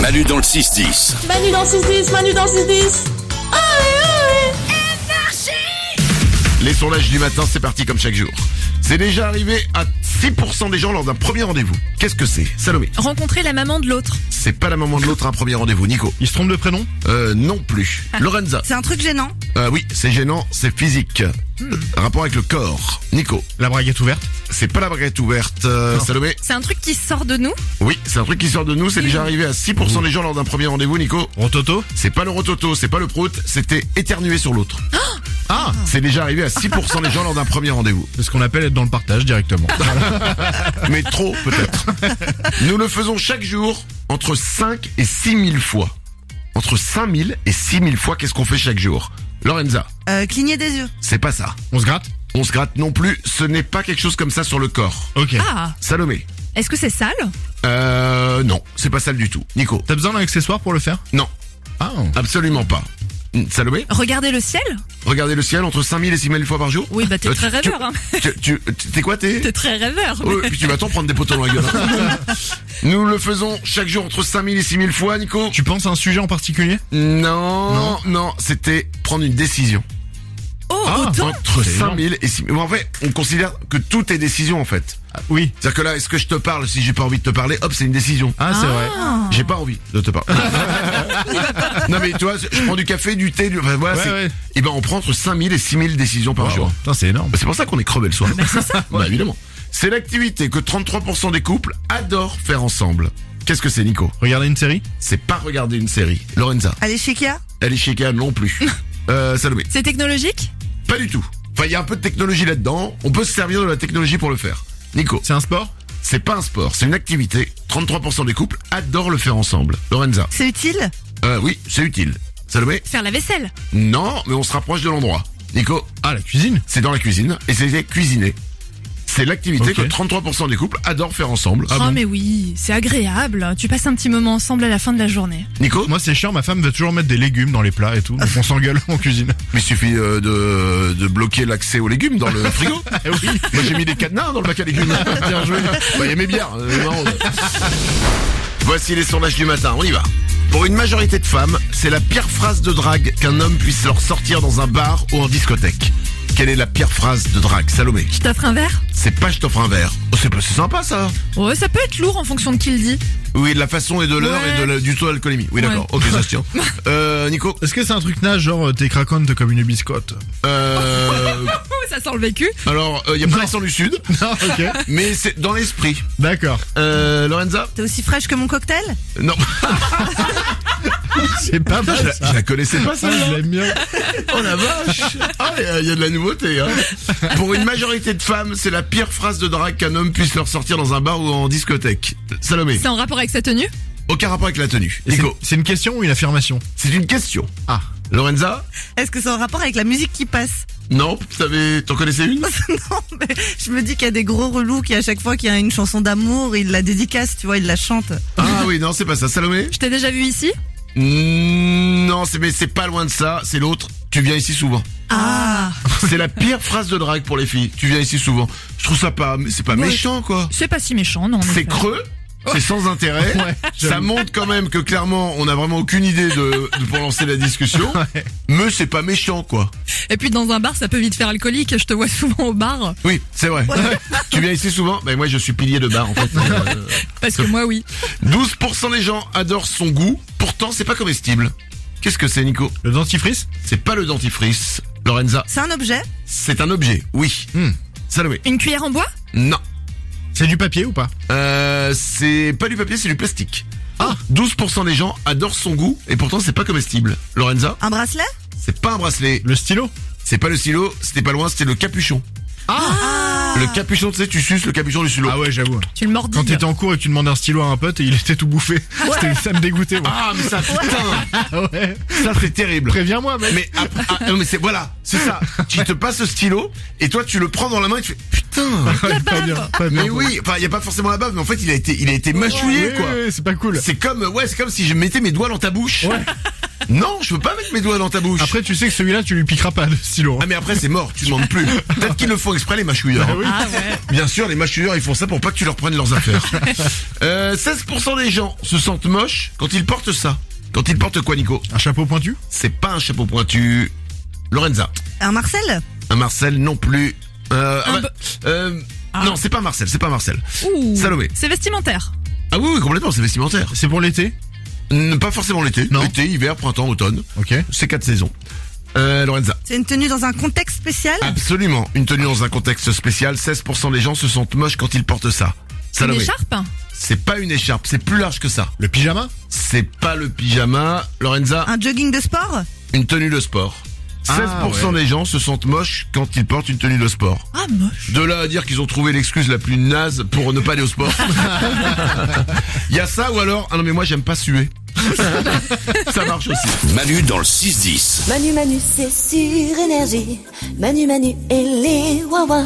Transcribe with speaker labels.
Speaker 1: Manu dans le 6-10.
Speaker 2: Manu dans 6-10, Manu dans 6-10. Ohé, ohé.
Speaker 3: Les sondages du matin, c'est parti comme chaque jour. C'est déjà arrivé à 6% des gens lors d'un premier rendez-vous. Qu'est-ce que c'est Salomé,
Speaker 4: Rencontrer la maman de l'autre.
Speaker 3: c'est pas la maman de l'autre un premier rendez-vous. Nico
Speaker 5: Il se trompe de prénom Ah.
Speaker 3: Euh, non plus. Lorenza
Speaker 6: C'est un truc gênant.
Speaker 3: Euh, oui, c'est gênant, c'est physique. Rapport avec le corps. Nico,
Speaker 5: Hmm. La brague est ouverte
Speaker 3: c'est pas la braguette ouverte. Euh,
Speaker 5: Non.
Speaker 3: Salomé
Speaker 4: C'est un truc qui sort de nous.
Speaker 3: Oui, c'est un truc qui sort de nous. C'est déjà arrivé à 6%
Speaker 5: Hmm.
Speaker 3: des gens lors d'un premier rendez-vous, Nico.
Speaker 5: Rototo
Speaker 3: C'est pas le rototo, c'est pas le prout, c'était éternuer sur l'autre.
Speaker 5: Ah
Speaker 3: C'est déjà arrivé à 6% des gens lors d'un premier rendez-vous.
Speaker 5: C'est ce qu'on appelle être dans le partage directement.
Speaker 3: mais trop peut-être. Nous le faisons chaque jour entre 5 et 6 000 fois. Entre 5 000 et 6 000 fois, qu'est-ce qu'on fait chaque jour Lorenza,
Speaker 6: Euh, cligner des yeux.
Speaker 3: c'est pas ça.
Speaker 5: On se gratte
Speaker 3: On se gratte non plus, ce n'est pas quelque chose comme ça sur le corps.
Speaker 5: Ok.
Speaker 4: Ah,
Speaker 3: Salomé
Speaker 4: est-ce que c'est sale
Speaker 3: Euh, non, c'est pas ça du tout. Nico
Speaker 5: T'as besoin d'un accessoire pour le faire
Speaker 3: Non,
Speaker 5: Ah
Speaker 3: absolument pas. Salomé
Speaker 4: Regarder le ciel
Speaker 3: Regardez le ciel entre 5 000 et 6 000 fois par jour
Speaker 4: Oui, bah t'es
Speaker 3: Euh,
Speaker 4: très
Speaker 3: tu-
Speaker 4: rêveur. Hein.
Speaker 3: Tu- tu- T'es quoi, t'es
Speaker 4: T'es très rêveur.
Speaker 3: Ouais, puis tu vas t'en prendre des poteaux dans la gueule. hein. Nous le faisons chaque jour entre 5000 et 6000 fois, Nico.
Speaker 5: Tu penses à un sujet en particulier
Speaker 3: Non, non, c'était prendre une décision.
Speaker 4: Oh,
Speaker 5: Ah,
Speaker 4: autant
Speaker 3: Entre
Speaker 5: C'est
Speaker 3: 5000 et 6000. En fait, on considère que tout est décision, en fait.
Speaker 5: Ah, Oui.
Speaker 3: C'est-à-dire que là, est-ce que je te parle Si j'ai pas envie de te parler, hop, c'est une décision.
Speaker 5: Ah, c'est vrai.
Speaker 3: J'ai pas envie de te parler. non, mais tu vois, je prends du café, du thé, du... enfin, voilà.
Speaker 5: Ouais,
Speaker 3: c'est-
Speaker 5: ouais.
Speaker 3: Eh ben, on prend entre 5000 et 6000 décisions par
Speaker 5: Wow. Ah,
Speaker 3: jour.
Speaker 5: Putain, c'est énorme.
Speaker 3: Bah, c'est pour ça qu'on est crevé le soir. Bah, évidemment. C'est l'activité que 33% des couples adorent faire ensemble. Qu'est-ce que c'est, Nico
Speaker 5: Regarder une série
Speaker 3: C'est pas regarder une série. Lorenza,
Speaker 6: Aller chez Kia.
Speaker 3: elle est chez Cam non plus. Euh, Salomé,
Speaker 4: C'est technologique
Speaker 3: pas du tout. Enfin, il y a un peu de technologie là-dedans. On peut se servir de la technologie pour le faire. Nico,
Speaker 5: C'est un sport
Speaker 3: c'est pas un sport, c'est une activité. 33% des couples adorent le faire ensemble. Lorenza,
Speaker 6: C'est utile.
Speaker 3: euh, oui, c'est utile. Salomé,
Speaker 4: Faire la vaisselle
Speaker 3: non, mais on se rapproche de l'endroit. Nico,
Speaker 5: Ah, la cuisine
Speaker 3: c'est dans la cuisine et c'est cuisiner. C'est l'activité
Speaker 5: Ok.
Speaker 3: que 33% des couples adorent faire ensemble.
Speaker 6: Ah
Speaker 4: Oh mais oui, c'est agréable. Tu passes un petit moment ensemble à la fin de la journée.
Speaker 3: Nico,
Speaker 5: Moi, c'est chiant, ma femme veut toujours mettre des légumes dans les plats et tout. Donc on s'engueule en cuisine.
Speaker 3: Mais il suffit euh, de, de bloquer l'accès aux légumes dans le frigo. Moi j'ai mis des cadenas dans le bac à légumes. Eh Bien joué. Bah, il y a mes bières. euh, marrant. Voici les sondages du matin, on y va. Pour une majorité de femmes, c'est la pire phrase de drague qu'un homme puisse leur sortir dans un bar ou en discothèque. Quelle est la pire phrase de drague, Salomé
Speaker 4: Je t'offre un verre
Speaker 3: C'est pas je t'offre un verre. Oh, c'est pas- c'est sympa ça.
Speaker 4: Ouais, ça peut être lourd en fonction de qui le dit.
Speaker 3: Oui, de la façon et de l'heure
Speaker 4: Ouais.
Speaker 3: et de la- du taux d'alcoolémie. Oui,
Speaker 4: Ouais.
Speaker 3: d'accord. Ok, ça se tient. Euh, Nico,
Speaker 5: Est-ce que c'est un truc nage, genre euh, t'es craquante comme une biscotte
Speaker 3: euh,
Speaker 4: Oh, ça sent le vécu.
Speaker 3: alors il y a pas
Speaker 5: Non.
Speaker 3: l'accent du sud,
Speaker 5: Non, ok.
Speaker 3: mais c'est dans l'esprit.
Speaker 5: D'accord.
Speaker 3: Euh, Lorenza
Speaker 6: T'es aussi fraîche que mon cocktail.
Speaker 3: Non,
Speaker 5: C'est pas mal.
Speaker 3: je la,
Speaker 5: ça.
Speaker 3: je la connaissais pas ça.
Speaker 5: Ah, je l'aime bien.
Speaker 3: Oh la vache Ah, il y a- il y, a de la nouveauté. hein. Pour une majorité de femmes, c'est la pire phrase de drague qu'un homme puisse leur sortir dans un bar ou en discothèque. Salomé,
Speaker 4: C'est en rapport avec sa tenue
Speaker 3: aucun rapport avec la tenue.
Speaker 5: Et c'est-
Speaker 3: Nico,
Speaker 5: C'est une question ou une affirmation
Speaker 3: c'est une question. Ah, Lorenza
Speaker 6: Est-ce que c'est en rapport avec la musique qui passe
Speaker 3: Non, t'avais- t'en connaissais une
Speaker 6: Non, mais je me dis qu'il y a des gros relous qui, à chaque fois qu'il y a une chanson d'amour, ils la dédicacent, tu vois, ils la chantent.
Speaker 3: Ah oui, non, c'est pas ça. Salomé
Speaker 4: Je t'ai déjà vu ici
Speaker 3: Mm, Non, c'est mais c'est pas loin de ça. C'est l'autre. Tu viens ici souvent.
Speaker 4: Ah
Speaker 3: C'est la pire phrase de drague pour les filles. Tu viens ici souvent. Je trouve ça pas, c'est pas
Speaker 4: Ouais.
Speaker 3: méchant quoi.
Speaker 4: C'est pas si méchant, non. en
Speaker 3: C'est
Speaker 4: effet.
Speaker 3: creux, c'est sans intérêt.
Speaker 5: Ouais,
Speaker 3: ça
Speaker 5: j'avoue.
Speaker 3: montre quand même que clairement, on n'a vraiment aucune idée de, de pour lancer la discussion. Mais c'est pas méchant, quoi.
Speaker 4: Et puis dans un bar, ça peut vite faire alcoolique. Je te vois souvent au bar.
Speaker 3: Oui, c'est vrai. tu viens ici souvent Ben moi, je suis pilier de bar, en fait. Euh,
Speaker 4: Parce que moi, oui.
Speaker 3: 12% des gens adorent son goût. Pourtant, c'est pas comestible. Qu'est-ce que c'est, Nico
Speaker 5: Le dentifrice
Speaker 3: C'est pas le dentifrice. Lorenza,
Speaker 6: C'est un objet
Speaker 3: c'est un objet. Oui.
Speaker 5: Hmm.
Speaker 3: Salomé.
Speaker 4: Une cuillère en bois
Speaker 3: Non.
Speaker 5: C'est du papier ou pas
Speaker 3: Euh, c'est pas du papier, c'est du plastique. Ah 12% des gens adorent son goût et pourtant c'est pas comestible. Lorenza,
Speaker 6: Un bracelet
Speaker 3: c'est pas un bracelet,
Speaker 5: Le stylo
Speaker 3: C'est pas le stylo, c'était pas loin, c'était le capuchon. Ah Le capuchon, tu sais, tu suces le capuchon du stylo.
Speaker 5: Ah ouais, j'avoue.
Speaker 4: Tu le mordis.
Speaker 5: Quand t'étais en cours et que tu demandais un stylo à un pote et il était tout bouffé, C'était- ça me dégoûtait. moi.
Speaker 3: Ah, mais ça, putain
Speaker 5: Ah ouais.
Speaker 3: Ça, c'est terrible.
Speaker 5: Préviens-moi, mec.
Speaker 3: Mais après, ah, non, mais c'est, voilà, c'est ça. Tu te passes le stylo, et toi, tu le prends dans la main et tu fais, putain
Speaker 5: Ouais, pas bien, pas bien.
Speaker 3: Mais oui, enfin, il y a pas forcément la bave, mais en fait, il a été, il a été mâchouillé,
Speaker 5: Ouais,
Speaker 3: quoi.
Speaker 5: ouais, ouais, C'est pas cool.
Speaker 3: C'est comme, ouais, c'est comme si je mettais mes doigts dans ta bouche.
Speaker 5: Ouais.
Speaker 3: Non, je veux pas mettre mes doigts dans ta bouche.
Speaker 5: Après, tu sais que celui-là, tu lui piqueras pas de stylo. hein.
Speaker 3: Ah mais après c'est mort, tu demandes plus. Peut-être qu'ils le font exprès les mâchouilleurs. hein.
Speaker 4: Ah ouais.
Speaker 3: Bien sûr, les mâchouilleurs ils font ça pour pas que tu leur prennes leurs affaires. Euh, 16% des gens se sentent moches quand ils portent ça. Quand ils portent quoi Nico
Speaker 5: Un chapeau pointu
Speaker 3: C'est pas un chapeau pointu. Lorenza.
Speaker 6: Un Marcel
Speaker 3: Un Marcel non plus. Euh, ah
Speaker 4: Un
Speaker 3: bah,
Speaker 4: be-
Speaker 3: euh,
Speaker 4: Ah.
Speaker 3: Non, c'est pas Marcel, c'est pas Marcel.
Speaker 4: Ouh.
Speaker 3: Salomé.
Speaker 4: C'est vestimentaire.
Speaker 3: Ah oui, oui complètement, c'est vestimentaire.
Speaker 5: C'est pour l'été
Speaker 3: Mm, Pas forcément l'été.
Speaker 5: Non.
Speaker 3: Été, hiver, printemps, automne.
Speaker 5: Ok.
Speaker 3: C'est quatre saisons. Euh, Lorenza.
Speaker 6: C'est une tenue dans un contexte spécial
Speaker 3: Absolument. Une tenue dans un contexte spécial. 16% des gens se sentent moches quand ils portent ça.
Speaker 4: Une
Speaker 3: Salomé.
Speaker 4: écharpe.
Speaker 3: C'est pas une écharpe, c'est plus large que ça.
Speaker 5: Le pyjama
Speaker 3: C'est pas le pyjama. Lorenza,
Speaker 4: Ah.
Speaker 6: Un jogging de sport
Speaker 3: une tenue de sport. 16%
Speaker 5: Ah,
Speaker 3: des gens se sentent moches quand ils portent une tenue de sport.
Speaker 4: Ah moche.
Speaker 3: De là à dire qu'ils ont trouvé l'excuse la plus naze pour ne pas aller au sport. Il y a ça ou alors, ah non mais moi j'aime pas suer. ça marche aussi.
Speaker 1: Manu dans le 6-10.
Speaker 7: Manu Manu, c'est sur énergie. Manu Manu et les Wawa.